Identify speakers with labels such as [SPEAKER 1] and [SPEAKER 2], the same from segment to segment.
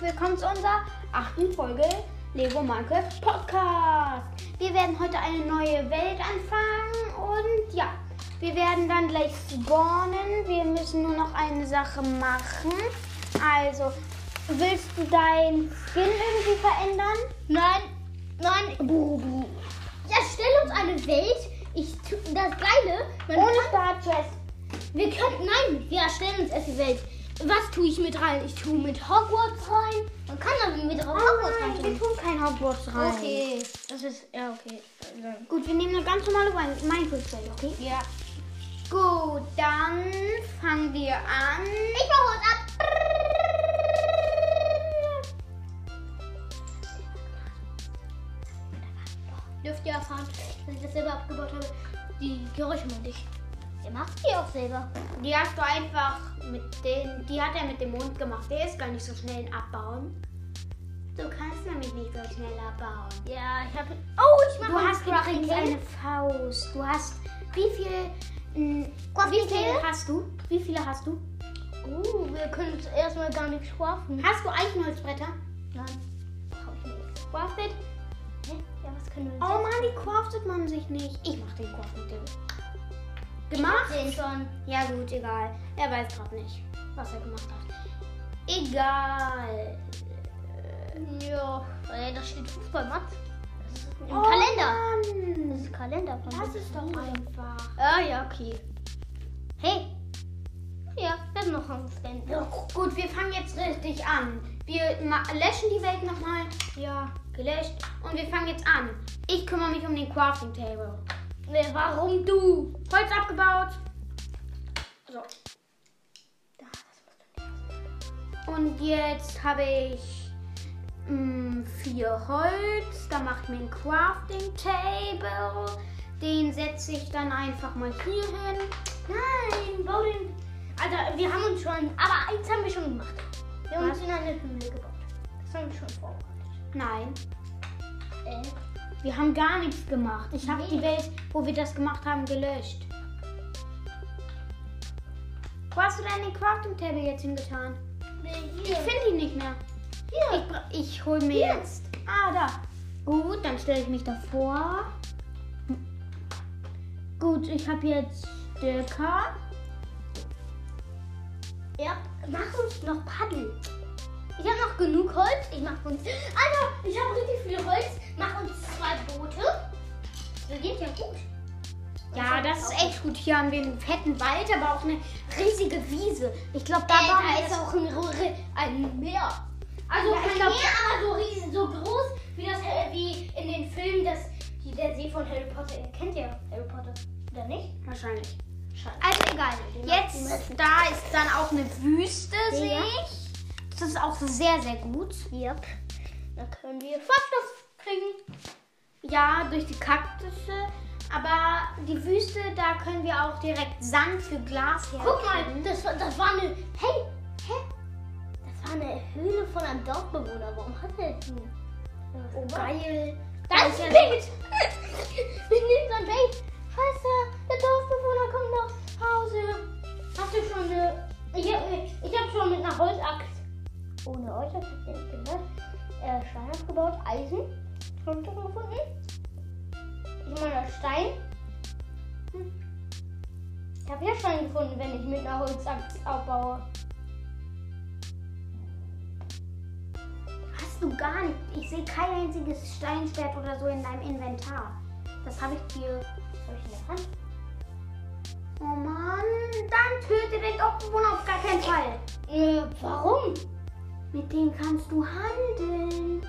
[SPEAKER 1] willkommen zu unserer achten Folge Lego Minecraft Podcast. Wir werden heute eine neue Welt anfangen und ja, wir werden dann gleich spawnen. Wir müssen nur noch eine Sache machen. Also, willst du deinen Skin irgendwie verändern?
[SPEAKER 2] Nein, nein.
[SPEAKER 1] Bubu.
[SPEAKER 2] Ja, stell uns eine Welt. Ich tu- das Geile, man
[SPEAKER 1] Und
[SPEAKER 2] kann,
[SPEAKER 1] da Jess.
[SPEAKER 2] wir können nein, wir erstellen uns erst die Welt. Was tue ich mit rein? Ich tue mit Hogwarts rein. Man kann aber mit Hogwarts
[SPEAKER 1] Ah, Nein, wir
[SPEAKER 2] rein.
[SPEAKER 1] tun kein Hogwarts rein.
[SPEAKER 2] Okay, das ist ja okay. Dann-
[SPEAKER 1] Gut, wir nehmen eine ganz normale Wein- Minecraft-Welt, okay?
[SPEAKER 2] Ja.
[SPEAKER 1] Gut, dann fangen wir an.
[SPEAKER 2] Ich mach uns ab. Dürft ihr erfahren, dass ich das selber abgebaut habe? Die Geräusche meinte ich. Ihr macht die auch selber.
[SPEAKER 1] Die hast du einfach mit den, die hat er mit dem Mond gemacht. Der ist gar nicht so schnell in abbauen. Du kannst nämlich nicht so schnell abbauen.
[SPEAKER 2] Ja, ich habe. Oh, ich mache
[SPEAKER 1] Du hast übrigens eine Faust. Du hast wie viel? mm,
[SPEAKER 2] Crafting
[SPEAKER 1] Wie viele
[SPEAKER 2] Table?
[SPEAKER 1] hast du? Wie viele hast du?
[SPEAKER 2] Oh, wir können es erstmal gar nicht schlafen.
[SPEAKER 1] Hast du Eichenholzbretter?
[SPEAKER 2] Nein. brauch ich nicht.
[SPEAKER 1] Crafted?
[SPEAKER 2] Hä? Ja, was können wir
[SPEAKER 1] Oh Mann, die craftet man sich nicht. Ich mach den Crafting Table. Gemacht?
[SPEAKER 2] sehen schon.
[SPEAKER 1] Ja gut, egal. Er weiß gerade nicht, was er gemacht hat. Egal.
[SPEAKER 2] Ja. Äh, da steht Fußball, Mats. Das ist Im
[SPEAKER 1] Oh
[SPEAKER 2] Kalender. Das
[SPEAKER 1] Mann.
[SPEAKER 2] ist Kalender von
[SPEAKER 1] Das ist doch einfach.
[SPEAKER 2] Ah, ja, okay. Hey. Ja, wir haben noch ein Stand.
[SPEAKER 1] Gut, wir fangen jetzt richtig an. Wir ma- löschen die Welt nochmal.
[SPEAKER 2] Ja.
[SPEAKER 1] Gelöscht. Und wir fangen jetzt an. Ich kümmere mich um den Crafting Table.
[SPEAKER 2] Nee, warum du?
[SPEAKER 1] Holz abgebaut. So. Und jetzt habe ich mm, vier Holz. Da mache ich mir ein Crafting Table. Den setze ich dann einfach mal hier hin.
[SPEAKER 2] Nein, bau den. Alter, wir haben uns schon. Aber eins haben wir schon gemacht. Wir haben
[SPEAKER 1] Was?
[SPEAKER 2] uns in eine Höhle gebaut. Das haben wir schon vorbereitet.
[SPEAKER 1] Nein,
[SPEAKER 2] Äh.
[SPEAKER 1] wir haben gar nichts gemacht. Ich habe
[SPEAKER 2] Nee.
[SPEAKER 1] die Welt, wo wir das gemacht haben, gelöscht. Wo hast du denn den Crafting Table jetzt hingetan? Ich
[SPEAKER 2] Hier.
[SPEAKER 1] finde ihn nicht mehr.
[SPEAKER 2] Hier.
[SPEAKER 1] Ich, bra- ich hol mir
[SPEAKER 2] Hier.
[SPEAKER 1] jetzt. Ah, da. Gut, dann stelle ich mich davor. Gut, ich habe jetzt Stöcker.
[SPEAKER 2] Ja, mach uns noch Paddel. Ich habe noch genug Holz. Ich mach uns. Alter, ich habe richtig viel Holz. Mach uns zwei Boote. Das geht ja gut.
[SPEAKER 1] Ja, das ist echt gut. Hier haben wir einen fetten Wald, aber auch eine riesige Wiese. Ich glaube, da
[SPEAKER 2] Da,
[SPEAKER 1] bauen wir
[SPEAKER 2] Äh, da ist
[SPEAKER 1] das-
[SPEAKER 2] auch ein, Rohr- ein Meer. Also
[SPEAKER 1] Ja, ich
[SPEAKER 2] kein
[SPEAKER 1] glaub-
[SPEAKER 2] Meer, aber so riesen, so groß wie das äh, wie in den Filmen, das die, der See von Harry Potter. Ihr kennt ja Harry Potter, oder nicht?
[SPEAKER 1] Wahrscheinlich.
[SPEAKER 2] Scheiße.
[SPEAKER 1] Also egal. Jetzt, da ist dann auch eine Wüste, sehe ich. Das ist auch sehr, sehr gut.
[SPEAKER 2] Yep. Dann können wir Farbstoff kriegen.
[SPEAKER 1] Ja, durch die Kaktusse. Aber die Wüste, da können wir auch direkt Sand für Glas herkriegen.
[SPEAKER 2] Guck mal, das, war- das war eine. Hey, hä? Das war eine Höhle von einem Dorfbewohner. Warum hat er die?
[SPEAKER 1] Oh, geil.
[SPEAKER 2] Da ist ein Bild! Wir nehmen so ein Bild. Scheiße, der Dorfbewohner kommt nach Hause. Hast du schon eine. Ich hab, ich hab schon mit einer Holzaxt. Ohne euch, das habt ihr nicht gehört. Äh, Stein abgebaut, Eisen. Schon gefunden. Ich meine, Stein. Hm. Ich habe ja Stein gefunden, wenn ich mit einer Holzaxt abbaue.
[SPEAKER 1] Hast du gar nicht. Ich sehe kein einziges Steinschwert oder so in deinem Inventar. Das habe ich dir.
[SPEAKER 2] Das hab ich in der Hand.
[SPEAKER 1] Oh Mann, dann töte den Dorfbewohner auf gar keinen Fall.
[SPEAKER 2] Äh, warum?
[SPEAKER 1] Mit dem kannst du handeln.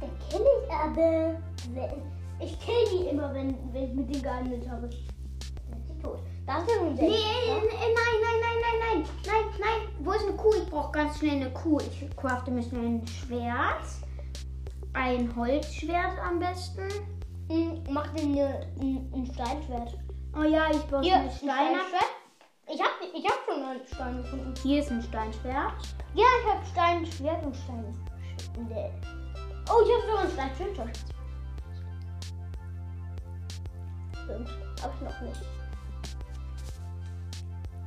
[SPEAKER 2] Dann kill ich aber. Wenn, ich kill die immer, wenn, wenn ich mit denen gehandelt habe. Dann sind sie tot. Das ist ja nun
[SPEAKER 1] Nee,
[SPEAKER 2] sehr.
[SPEAKER 1] äh, nein, nein, nein, nein, nein. Nein, nein. Wo ist eine Kuh? Ich brauche ganz schnell eine Kuh. Ich crafte mir schnell ein Schwert. Ein Holzschwert am besten.
[SPEAKER 2] Mm, Mach dir eine, ein, ein Steinschwert.
[SPEAKER 1] Oh ja, ich baue mir
[SPEAKER 2] Hier,
[SPEAKER 1] einen Stein ab.
[SPEAKER 2] Ich hab, ich hab schon einen Stein gefunden.
[SPEAKER 1] Hier ist ein Steinschwert.
[SPEAKER 2] Ja, ich hab Stein, Schwert und Stein. Nee. Oh, ich hab sogar ein Steinschwert. schon. Stimmt. Hab ich noch nicht.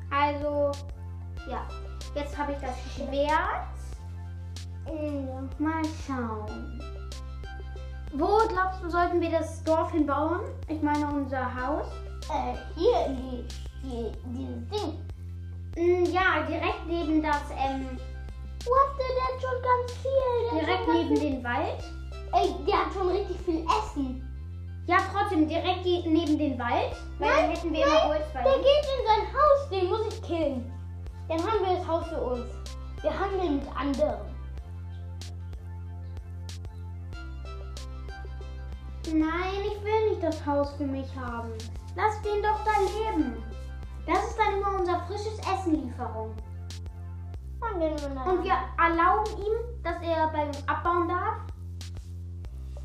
[SPEAKER 1] Also, ja. Jetzt habe ich das Schwert.
[SPEAKER 2] Ja.
[SPEAKER 1] Mal schauen. Wo glaubst du, sollten wir das Dorf hinbauen? Ich meine unser Haus.
[SPEAKER 2] Äh, hier, die, die, dieses Ding.
[SPEAKER 1] Mm, Ja, direkt neben das, ähm,
[SPEAKER 2] What, der, der hat schon ganz viel. Der hat
[SPEAKER 1] direkt
[SPEAKER 2] schon ganz
[SPEAKER 1] neben
[SPEAKER 2] viel.
[SPEAKER 1] den Wald.
[SPEAKER 2] Ey, der hat schon richtig viel Essen.
[SPEAKER 1] Ja, trotzdem direkt die- neben den Wald, weil dann hätten wir immer
[SPEAKER 2] nein,
[SPEAKER 1] Holz bei
[SPEAKER 2] der
[SPEAKER 1] uns.
[SPEAKER 2] geht in sein Haus, den muss ich killen. Dann haben wir das Haus für uns. Wir handeln mit anderen.
[SPEAKER 1] Nein, ich will nicht das Haus für mich haben. Lass den doch da leben. Das ist dann immer unser frisches Essenlieferung.
[SPEAKER 2] Dann gehen wir nach
[SPEAKER 1] Und wir erlauben ihm, dass er bei uns abbauen darf.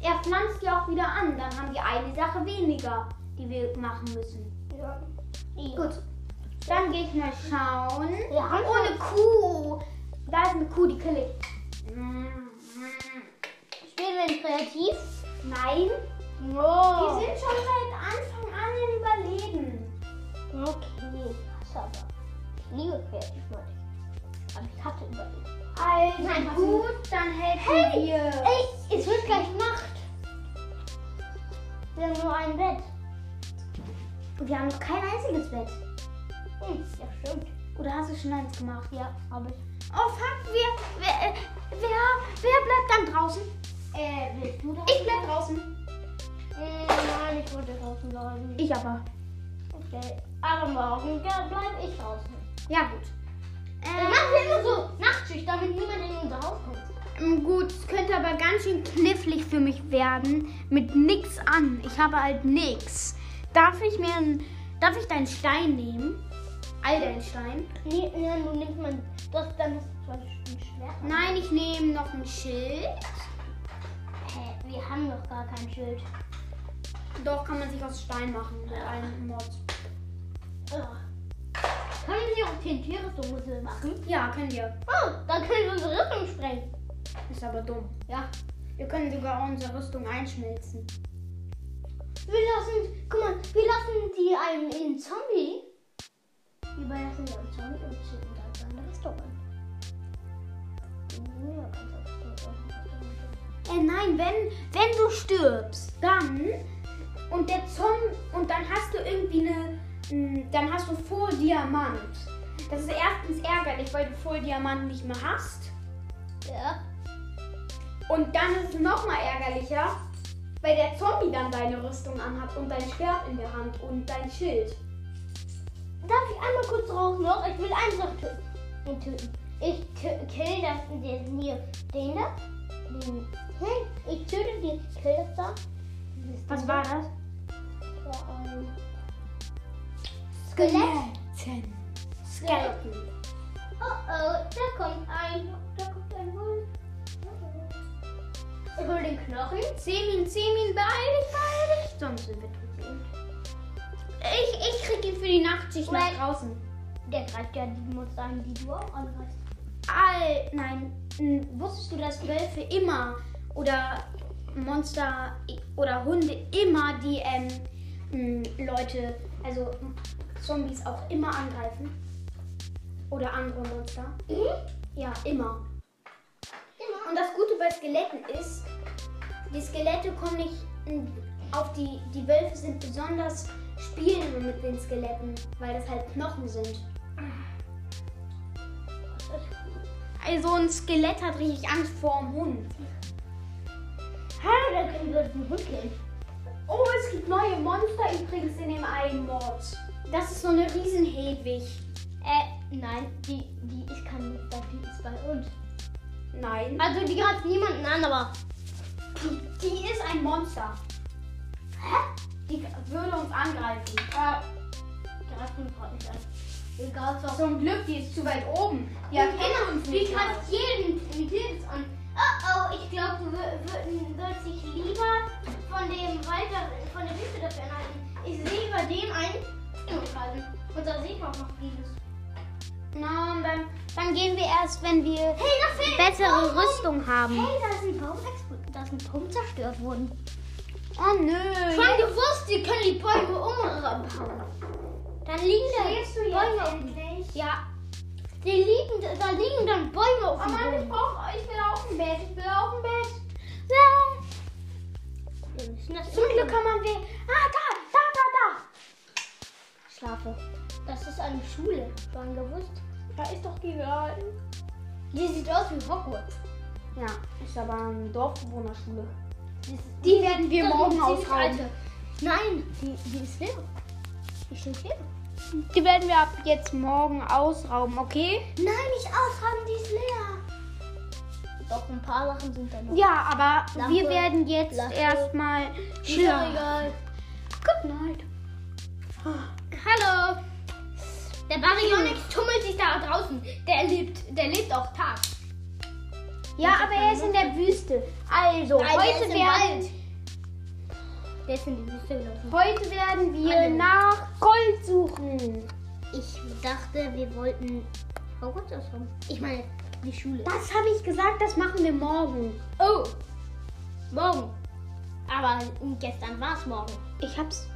[SPEAKER 1] Er pflanzt ja auch wieder an. Dann haben wir eine Sache weniger, die wir machen müssen.
[SPEAKER 2] Ja. Gut.
[SPEAKER 1] Gut, dann gehe ich mal schauen.
[SPEAKER 2] Wir haben
[SPEAKER 1] Oh, eine Kuh. Da ist eine Kuh, die kill ich. Mm,
[SPEAKER 2] Spielen wir in kreativ?
[SPEAKER 1] Nein,
[SPEAKER 2] No. Oh.
[SPEAKER 1] wir sind schon seit Anfang an im Überleben.
[SPEAKER 2] Okay, was aber. Ich liebe kreativ, Leute. Aber ich hatte überlegt.
[SPEAKER 1] Also
[SPEAKER 2] Nein, was
[SPEAKER 1] gut, dann helfen
[SPEAKER 2] Hey,
[SPEAKER 1] wir.
[SPEAKER 2] Ey, es wird gleich Nacht. Wir haben nur ein Bett.
[SPEAKER 1] Wir haben noch kein einziges Bett.
[SPEAKER 2] Hm, ja, stimmt.
[SPEAKER 1] Oder hast du schon eins gemacht?
[SPEAKER 2] Ja, habe ich.
[SPEAKER 1] Oh fuck, wer, wer, äh, wer, wer bleibt dann draußen?
[SPEAKER 2] Äh, willst du da?
[SPEAKER 1] Ich bleib draußen.
[SPEAKER 2] Äh, nein, ich wollte draußen bleiben.
[SPEAKER 1] Ich aber.
[SPEAKER 2] Okay. Aber morgen ja, bleib ich draußen.
[SPEAKER 1] Ja gut.
[SPEAKER 2] Dann machen wir immer so Nachtschicht, damit niemand in unser Haus kommt.
[SPEAKER 1] Ähm, gut, es könnte aber ganz schön knifflig für mich werden mit nix an. Ich habe halt nix. Darf ich mir einen, darf ich deinen Stein nehmen? All deinen Stein?
[SPEAKER 2] Nee, nein, du nimmst mein. Das dann ist es ein Schwert.
[SPEAKER 1] Nein, ich nehme noch ein Schild.
[SPEAKER 2] Hä, wir haben doch gar kein Schild.
[SPEAKER 1] Doch kann man sich aus Stein machen mit einem Mod.
[SPEAKER 2] Ugh. Oh. Können wir auch den Tieresdose machen?
[SPEAKER 1] Hm? Ja, können wir.
[SPEAKER 2] Oh, dann können wir unsere Rüstung sprengen.
[SPEAKER 1] Ist aber dumm.
[SPEAKER 2] Ja.
[SPEAKER 1] Wir können sogar unsere Rüstung einschmelzen.
[SPEAKER 2] Wir lassen, guck mal, wir lassen die einem in Zombie. Wir überlassen die einem Zombie und zünden dann seine Rüstung an. Ja, ganz oft.
[SPEAKER 1] Äh, nein, wenn, wenn du stirbst, dann und der Zombie und dann hast du irgendwie eine, mh, dann hast du Volldiamant. Das ist erstens ärgerlich, weil du Volldiamant nicht mehr hast.
[SPEAKER 2] Ja.
[SPEAKER 1] Und dann ist es nochmal ärgerlicher, weil der Zombie dann deine Rüstung anhat und dein Schwert in der Hand und dein Schild.
[SPEAKER 2] Darf ich einmal kurz raus noch? Ich will eins noch töten. Den töten. Ich tö- kill das, den hier. Den da. Den. Hey, ich töte den. Kill das da. Dieses
[SPEAKER 1] Was
[SPEAKER 2] Ding
[SPEAKER 1] war
[SPEAKER 2] da.
[SPEAKER 1] das?
[SPEAKER 2] Das war ein Skelett.
[SPEAKER 1] Skeleton.
[SPEAKER 2] Oh oh, da kommt ein. Da kommt ein Wolf. Ich hol den Knochen.
[SPEAKER 1] Semin, Semin, beeil dich, beeil dich. Sonst sind wir tot. Ich, ich krieg ihn für die Nachtschicht nach
[SPEAKER 2] Wait.
[SPEAKER 1] draußen.
[SPEAKER 2] Der greift ja die Muster an, die du auch angreifst.
[SPEAKER 1] All, nein, n- wusstest du, dass Wölfe immer oder Monster i- oder Hunde immer die ähm, m, Leute, also m, Zombies auch immer angreifen? Oder andere Monster?
[SPEAKER 2] Mhm.
[SPEAKER 1] Ja, immer.
[SPEAKER 2] Genau.
[SPEAKER 1] Und das Gute bei Skeletten ist, die Skelette kommen nicht m, auf die, die Wölfe sind besonders spielen immer mit den Skeletten, weil das halt Knochen sind. Also ein Skelett hat richtig Angst vor dem Hund.
[SPEAKER 2] Hallo, da können wir den Hund killen.
[SPEAKER 1] Oh, es gibt neue Monster übrigens in dem einen Mord. Das ist so eine riesen Hedwig.
[SPEAKER 2] Äh, nein, die, die ist kein Muster, die ist bei uns.
[SPEAKER 1] Nein.
[SPEAKER 2] Also die greift niemanden an, aber.
[SPEAKER 1] Die, die ist ein Monster.
[SPEAKER 2] Hä?
[SPEAKER 1] Die würde uns angreifen.
[SPEAKER 2] Äh, greift uns gerade nicht an. Egal, was.
[SPEAKER 1] Zum Glück, die ist zu weit oben. Die erkennen uns
[SPEAKER 2] Die
[SPEAKER 1] nicht. mal.
[SPEAKER 2] greift jeden mit Hilfs an. Oh oh, ich glaube, du wür- wür- würdest dich lieber von dem Walter, von der Hilfe dafür anhalten. Ich sehe über dem einen Umfallen. Und da sehe ich auch noch vieles.
[SPEAKER 1] Na, und dann, dann gehen wir erst, wenn wir
[SPEAKER 2] Hey, da fehlt
[SPEAKER 1] bessere
[SPEAKER 2] ein Baum.
[SPEAKER 1] Rüstung haben.
[SPEAKER 2] Hey, da ist ein Baum explodiert. Da ist ein Baum zerstört worden.
[SPEAKER 1] Oh nö.
[SPEAKER 2] Schon gewusst, die können die Bäume umbauen. Dann liegen da
[SPEAKER 1] Schläfst du
[SPEAKER 2] Bäume
[SPEAKER 1] jetzt
[SPEAKER 2] auf dem-
[SPEAKER 1] endlich?
[SPEAKER 2] Ja. Die liegen, da liegen dann Bäume auf dem
[SPEAKER 1] Oh Mann, ich
[SPEAKER 2] Boden.
[SPEAKER 1] brauche, ich will auf dem Bett, ich will auf dem Bett. Hm.
[SPEAKER 2] Das
[SPEAKER 1] Zum Glück kann man weh. Ah, da, da, da, da.
[SPEAKER 2] Schlafe. Das ist eine Schule. Schon gewusst.
[SPEAKER 1] Da ist doch gehört.
[SPEAKER 2] Die sieht aus wie Hogwarts.
[SPEAKER 1] Ja, ist aber eine Dorfbewohnerschule.
[SPEAKER 2] Die, ist-
[SPEAKER 1] Die werden wir
[SPEAKER 2] das
[SPEAKER 1] morgen
[SPEAKER 2] ist eine ziemlich
[SPEAKER 1] ausrauben.
[SPEAKER 2] alte. Nein, die, die ist leer. Die steht leer.
[SPEAKER 1] Die werden wir ab jetzt morgen ausrauben, okay?
[SPEAKER 2] Nein, nicht ausräumen, die ist leer. Doch, ein paar Sachen sind da noch.
[SPEAKER 1] Ja, aber
[SPEAKER 2] Lampe,
[SPEAKER 1] wir werden jetzt
[SPEAKER 2] Lampe.
[SPEAKER 1] erstmal
[SPEAKER 2] Ist ja
[SPEAKER 1] schlafen.
[SPEAKER 2] egal.
[SPEAKER 1] Good night. Ah,
[SPEAKER 2] Hallo. Der Baryonyx tummelt sich da draußen. Der lebt, der lebt auch Tag.
[SPEAKER 1] Ja, aber er ist in der Wüste. Also, heute, werden,
[SPEAKER 2] Der ist in die Wüste gelaufen.
[SPEAKER 1] heute werden wir
[SPEAKER 2] Hallo.
[SPEAKER 1] nach Gold suchen.
[SPEAKER 2] Ich dachte, wir wollten Hogwarts ausräumen. Ich meine, die Schule.
[SPEAKER 1] Das habe ich gesagt, das machen wir morgen.
[SPEAKER 2] Oh. Morgen. Aber gestern war es morgen.
[SPEAKER 1] Ich habe es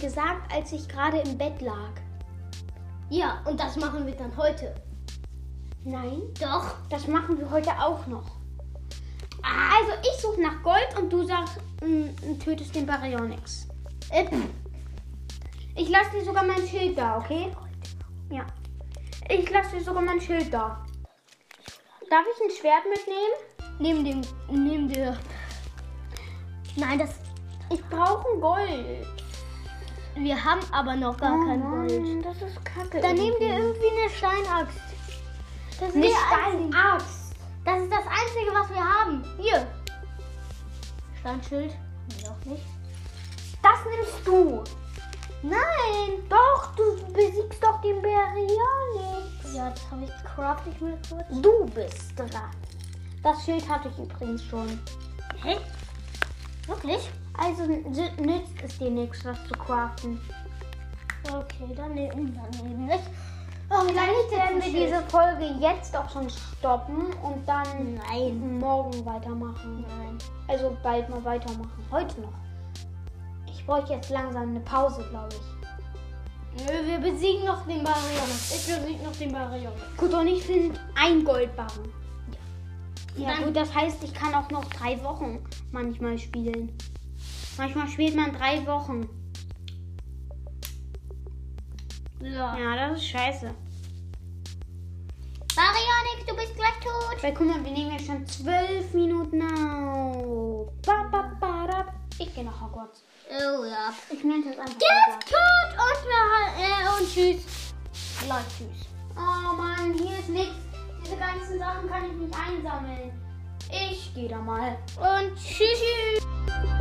[SPEAKER 1] gesagt, als ich gerade im Bett lag.
[SPEAKER 2] Ja, und das machen wir dann heute.
[SPEAKER 1] Nein,
[SPEAKER 2] Doch.
[SPEAKER 1] das machen wir heute auch noch. Also, ich suche nach Gold und du sagst, mm, tötest den Baryonyx.
[SPEAKER 2] Äh,
[SPEAKER 1] Ich lasse dir sogar mein Schild da, okay? Ja. Ich lasse dir sogar mein Schild da. Darf ich ein Schwert mitnehmen?
[SPEAKER 2] neben dem, neben der. Nein, das.
[SPEAKER 1] Ich brauche ein Gold. Oh
[SPEAKER 2] Wir haben aber noch gar kein Gold.
[SPEAKER 1] Das ist kacke.
[SPEAKER 2] Dann nehmen wir irgendwie eine Steinaxt. Das ist, die
[SPEAKER 1] Nicht
[SPEAKER 2] einzige-
[SPEAKER 1] dein Axt.
[SPEAKER 2] das ist das Einzige, was wir haben. Hier. Steinschild. Nee, auch nicht.
[SPEAKER 1] Das nimmst du.
[SPEAKER 2] Nein.
[SPEAKER 1] Doch, du besiegst doch den Baryonyx.
[SPEAKER 2] Ja, das habe ich craft ich mir kurz.
[SPEAKER 1] Du bist dran. Das Schild hatte ich übrigens schon.
[SPEAKER 2] Hä? Wirklich?
[SPEAKER 1] Also nü- nützt es dir nichts, was zu craften.
[SPEAKER 2] Okay, dann nehmen dann nehmen nicht. Oh,
[SPEAKER 1] Vielleicht werden wir diese Folge jetzt auch schon stoppen und dann
[SPEAKER 2] Nein.
[SPEAKER 1] morgen weitermachen.
[SPEAKER 2] Nein.
[SPEAKER 1] Also bald mal weitermachen. Heute noch. Ich brauche jetzt langsam eine Pause, glaube ich.
[SPEAKER 2] Nö, wir besiegen noch den Baryonax. Ich besiege noch den Baryonax.
[SPEAKER 1] Gut, und ich finde ein Goldbarren. Ja,
[SPEAKER 2] Dann-
[SPEAKER 1] gut, das heißt, ich kann auch noch drei Wochen manchmal spielen. Manchmal spielt man drei Wochen.
[SPEAKER 2] Ja.
[SPEAKER 1] Ja, das ist scheiße.
[SPEAKER 2] Baryonax, du bist gleich tot.
[SPEAKER 1] Weil guck mal, wir nehmen ja schon zwölf Minuten auf. Ba, ba, ba, da. Ich gehe nach Hogwarts.
[SPEAKER 2] Oh ja.
[SPEAKER 1] Ich nenne das einfach
[SPEAKER 2] Jetzt
[SPEAKER 1] Hogwarts.
[SPEAKER 2] gut und, wir, äh, und tschüss. Leute, tschüss.
[SPEAKER 1] Oh Mann, hier ist nichts. Diese ganzen Sachen kann ich nicht einsammeln. Ich gehe da mal.
[SPEAKER 2] Und tschüss. tschüss.